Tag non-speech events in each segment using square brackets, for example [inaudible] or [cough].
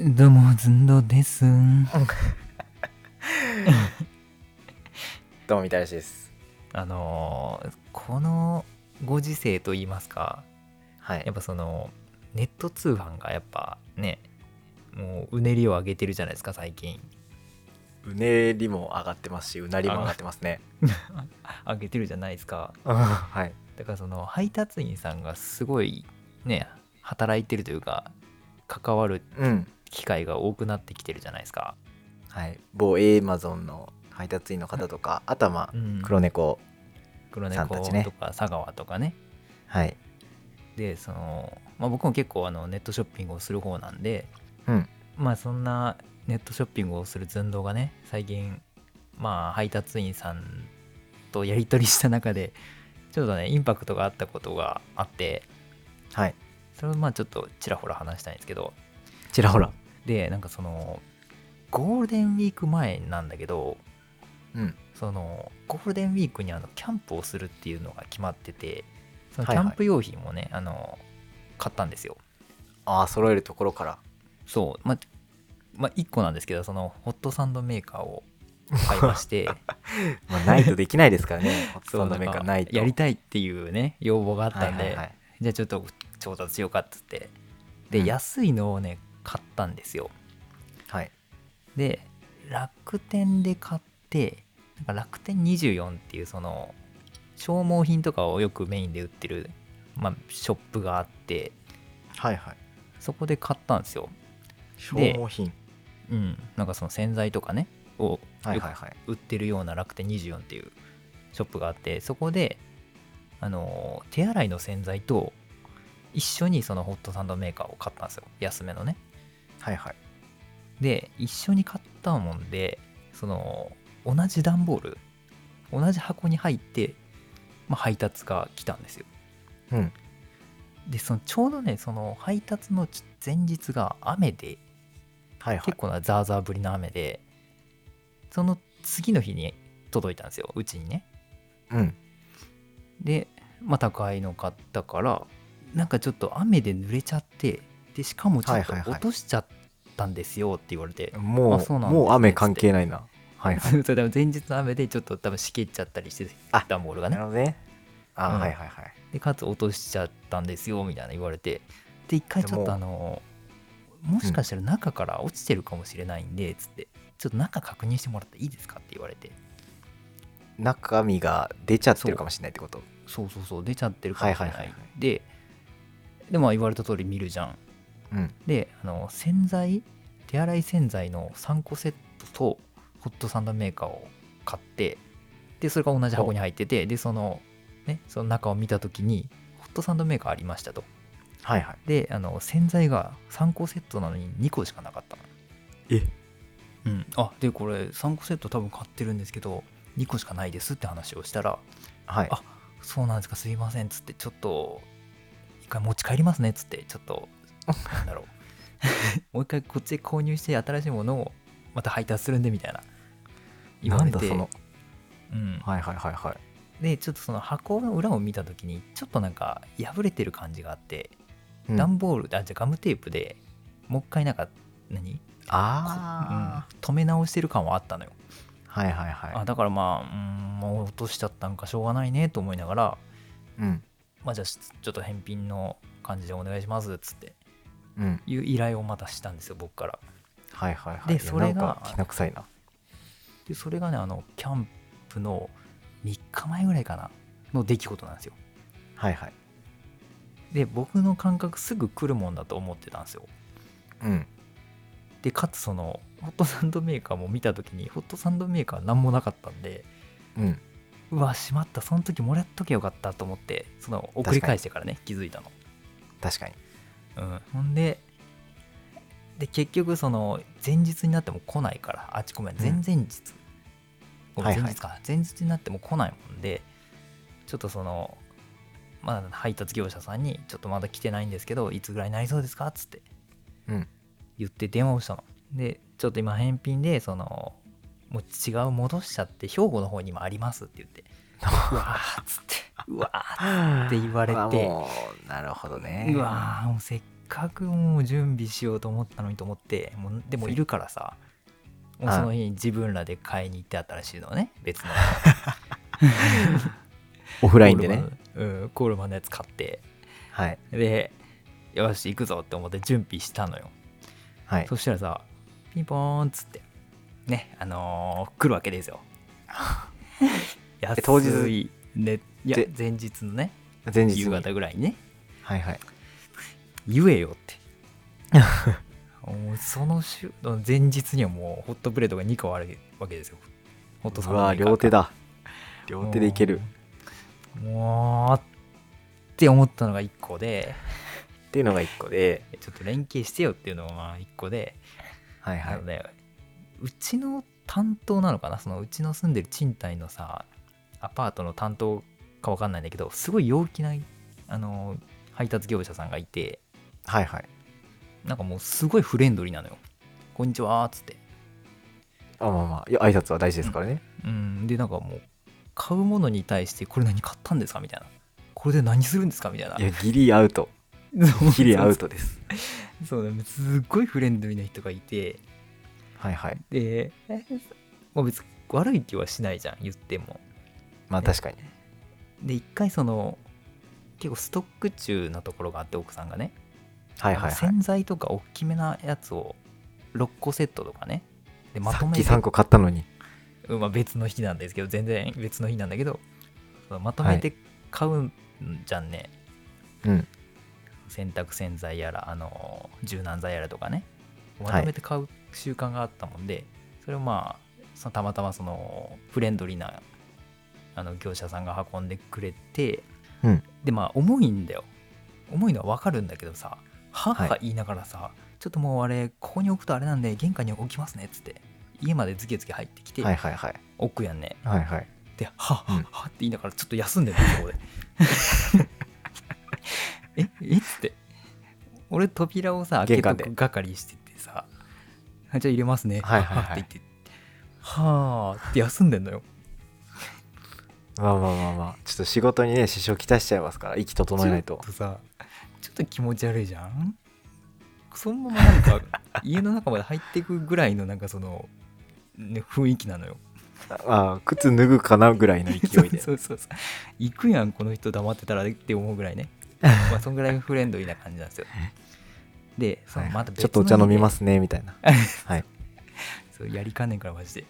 どうも、ずんどです。 [laughs] どうもみたらしですあのーこのご時世といいますか、はいやっぱその、ネット通販がやっぱね、もううねりを上げてるじゃないですか、最近。うねりも上がってますしうなりも上がってますね上げてるじゃないですか。はいだからその、配達員さんがすごいね、働いてるというか、関わるうん機会が多くなってきてるじゃないですか。はい某 a マゾンの配達員の方とかあとはまあうん黒猫黒さ猫んたちねとか佐川とかね。はいでその、まあ、僕も結構あのネットショッピングをする方なんで、うんまあそんなネットショッピングをする寸胴がね最近まあ配達員さんとやり取りした中でちょっとねインパクトがあったことがあってはいそれをまあちょっとちらほら話したいんですけどちらほらでなんかそのゴールデンウィーク前なんだけどうんそのゴールデンウィークにあのキャンプをするっていうのが決まっててそのキはいはャいンプ用品もね、あの買ったんですよ。ああ揃えるところからそう、ま、まあ、1個なんですけど、そのホットサンドメーカーを買いま [laughs] して、まあないとできないですか [laughs] らねホットそうサンドメーカーないとやりたいっていうね、要望があったんで、はいはいはいじゃあちょっと調達しようかっつって、で、うん安いのをね、買ったんですよ。はいで、楽天で買って、なんか楽天24っていう、その、消耗品とかをよくメインで売ってる、まあ、ショップがあって、はいはいそこで買ったんですよ。消耗品うん、なんかその洗剤とかね、をはいはいはい売ってるような楽天24っていうショップがあってそこであのー手洗いの洗剤と一緒にそのホットサンドメーカーを買ったんですよ安めのねはいはいで一緒に買ったもんでその同じ段ボール同じ箱に入って、まあ、配達が来たんですようんでそのちょうどねその配達の前日が雨ではいはい結構なザーザー降りの雨でその次の日に届いたんですようちにねうんで、まあ、高いの買ったからなんかちょっと雨で濡れちゃってでしかもちょっとはいはいはい落としちゃったんですよって言われて、 [laughs] もあそううなんですねもう雨関係ないなはいはいそれでも前日の雨でちょっと多分しけっちゃったりしてあ段ボールがなねるほどねあうーんはいはいはいでかつ落としちゃったんですよみたいな言われてで一回ちょっとでもあのもしかしたら中から落ちてるかもしれないんで、つってちょっと中確認してもらっていいですかって言われて中身が出ちゃってるかもしれないってことそうそうそう出ちゃってるかもしれない,、はいはいはいはででも言われた通り見るじゃんうんであの洗剤手洗い洗剤の3個セットとホットサンドメーカーを買ってでそれが同じ箱に入っててでその,、ね、その中を見た時にホットサンドメーカーありましたとはいはいであの洗剤が3個セットなのに2個しかなかったえうんあでこれ3個セット多分買ってるんですけど2個しかないですって話をしたらはいあそうなんですかすいませんっつってちょっと一回持ち帰りますねっつってちょっとなんだろう [laughs] もう一回こっちで購入して新しいものをまた配達するんでみたいな言わなれんてだそのうん、はいはいはいはいでちょっとその箱の裏を見た時にちょっとなんか破れてる感じがあって、うん段ボールあじゃあガムテープでもう一回なんか何、あうん、止め直してる感はあったのよあ、はいはいはあだからまあうんもう落としちゃったんかしょうがないねと思いながらい。うん。まあ、じゃあしちょっと返品の感じでお願いしますっつってうん。いう依頼をまたしたんですよ僕からはいはいはい。でいやそれがなんかきな臭いな。でそれがねあのキャンプの3日前ぐらいかなの出来事なんですよはいはい。で僕の感覚すぐ来るもんだと思ってたんですようん。でかつそのホットサンドメーカーも見た時にホットサンドメーカー何もなかったんでうん。うわしまったその時もらっときゃよかったと思ってその送り返してからね気づいたの確かに。うん、ほんでで結局その前日になっても来ないからあちごめんうん前々日、ごめんはいはい前日か、前日になっても来ないもんでちょっとその、まあ、配達業者さんに「ちょっとまだ来てないんですけどいつぐらいになりそうですか?」っつってうん。言って電話をしたのでちょっと今返品でそのもう違う戻しちゃって兵庫の方にもありますって言 [laughs] って「うわー」っつって「うわー」っつって言われてあもうなるほどね。うわーもうせっくもう準備しようと思ったのにと思ってもうでもいるからさもうその日に自分らで買いに行って新しいのね別 [laughs] のオフラインでね。コールマンうん、コールマンのやつ買ってはい。でよし行くぞって思って準備したのよはい。そしたらさピンポーンっつってねあのー来るわけです [laughs] よ安い当日ねいやで前日のね前日に。夕方ぐらいにねはいはい。言えよってもう [laughs] その週前日にはもうホットプレートが2個あるわけですよホットサうンドメーカわーが両手だ。両手でいける。うんもうって思ったのが1個でっていうのが一個で。ちょっと連携してよっていうのがまあ1個で、はいはあいの。ねうちの担当なのかなそのうちの住んでる賃貸のさアパートの担当かわかんないんだけどすごい陽気なあの配達業者さんがいてはいはい。なんかもうすごいフレンドリーなのよこんにちはっつってあまあまあ、いや挨拶は大事ですからね。うん、でなんかもう買うものに対してこれ何買ったんですかみたいなこれで何するんですかみたいない [laughs] や、ギリアウト。そうギリアウトです。そうねすっごいフレンドリーな人がいてはいはい。で、えまあ、別に悪い気はしないじゃん言ってもまあ確かに。で一回その結構ストック中なところがあって奥さんがね、はいはいはい。洗剤とか大きめなやつを6個セットとかねでまさとっめきて3個買ったのに。うんまあ、別の日なんですけど全然別の日なんだけどそのまとめて買うんじゃんね、うん。洗濯洗剤やらあの柔軟剤やらとかねはいまとめて買う習慣があったもんで、それをまあそのたまたまそのフレンドリーなあの業者さんが運んでくれて、うんでまあ重いんだよ重いのは分かるんだけどさはは言いながらさ、ちょっともうあれここに置くとあれなんで玄関に置きますねっつって家までズケズケ入ってきて、はいはいはい。置くやんねはいはい。で、はうんははって言いながら、ちょっと休んでるんですよ、 [laughs] 俺。ええっつって。俺、扉をさ、開け玄と関でく係しててさ、あじゃあ入れますね、はいはいはいって言って、はあって休んでんのよ。まあまあまあまあ。ちょっと仕事にね、支障きたしちゃいますから、息整えないちとょ。っとさ、ちょっと気持ち悪いじゃんそのままなん [laughs] か、家の中まで入ってくぐらいの、なんかその、ね、雰囲気なのよ。ああ、靴脱ぐかなぐらいの勢い [laughs] で。 [laughs] そうそうそう行くやんこの人黙ってたらって思うぐらい [laughs] ねまあそんぐらいフレンドリーな感じなんですよでそはのいまはたい [laughs] ちょっとお茶飲みますすね、みたいな。はい。そうやりかねんからマジで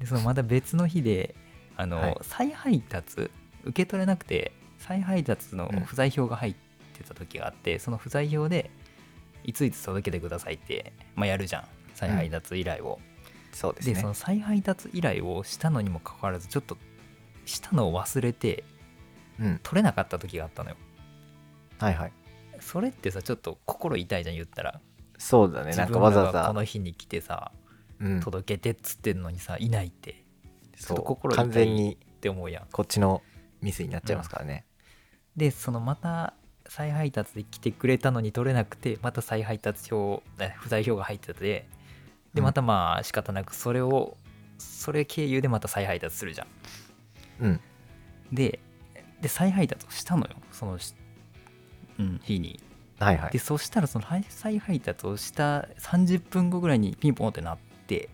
でそのまた別の日であの、はい再配達受け取れなくて再配達のうん不在票が入ってた時があって、その不在票でいついつ届けてくださいって、まあ、やるじゃん再配達依頼を、 [laughs] そうですでねそ。の再配達依頼をしたのにもかかわらずちょっとしたのを忘れてうん。取れなかった時があったのよはいはい。それってさちょっと心痛いじゃん言ったらそうだね。なんかわざ自分らわがこざ。の日に来てさうん届けてっつってんのにさいないってちょそっとう心痛い完全にって思うやんこっちのミスになっちゃいますからね。でそのまた再配達で来てくれたのに取れなくてまた再配達表え不在表が入っててうでんまたまあ仕方なくそれをそれ経由でまた再配達するじゃんうん。でで再配達をしたのよそのし、うん、日にはいはでい。そしたらその再配達をした30分後ぐらいにピンポンってなって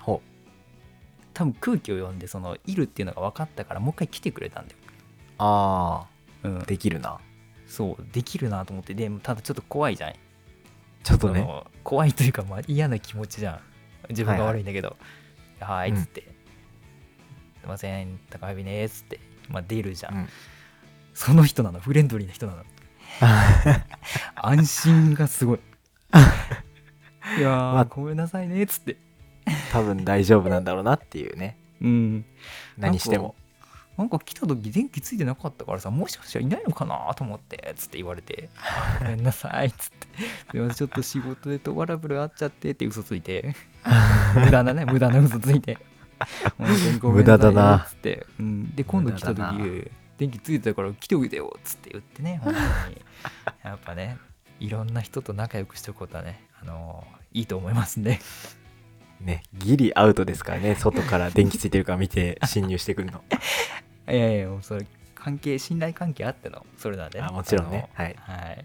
ほう。多分空気を読んでそのいるっていうのが分かったからもう一回来てくれたんだよ、あうんあ、、できるな。そうできるなと思ってでただちょっと怖いじゃんちょっとあね。の怖いというか、まあ、嫌な気持ちじゃん自分が悪いんだけど「はーい」っつって「すいません高見ね」っつって、まあ、出るじゃん、うんその人なのフレンドリーな人な [laughs] の安心がすごいいやー、まあごめんなさいねっつって多分大丈夫なんだろうなっていうね。うん何しても。なんか来た時電気ついてなかったからさもしかしたらいないのかなと思ってつって言われ [laughs] て「ごめんなさい」つって「すいませんちょっと仕事でトラブルあっちゃって」って嘘ついて [laughs] 無駄だね無駄な嘘ついて本当にごめんなさい無駄だなつって、うん、で今度来た無駄だな時電気ついてたから来ておいでよつって言って [laughs] ね本当にやっぱねいろんな人と仲良くしておくことはねあのいいと思いますねね。ギリアウトですからね。外から電気ついてるか見て侵入してく [laughs] るの。いやいやもうそれ関係信頼関係あってのそれなんで、あもちろんねあのはいはい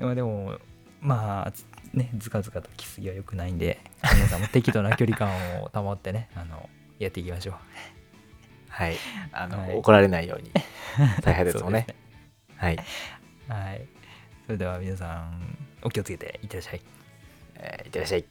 まあでもまあねずかずかと来すぎは良くないんで皆さんも適度な距離感を保ってねあのやっていきましょうはいあの、はい怒られない [laughs] ように大変ですもんねそうはい、ですねはいそれでは皆さんお気をつけていってらっしゃいえーいってらっしゃい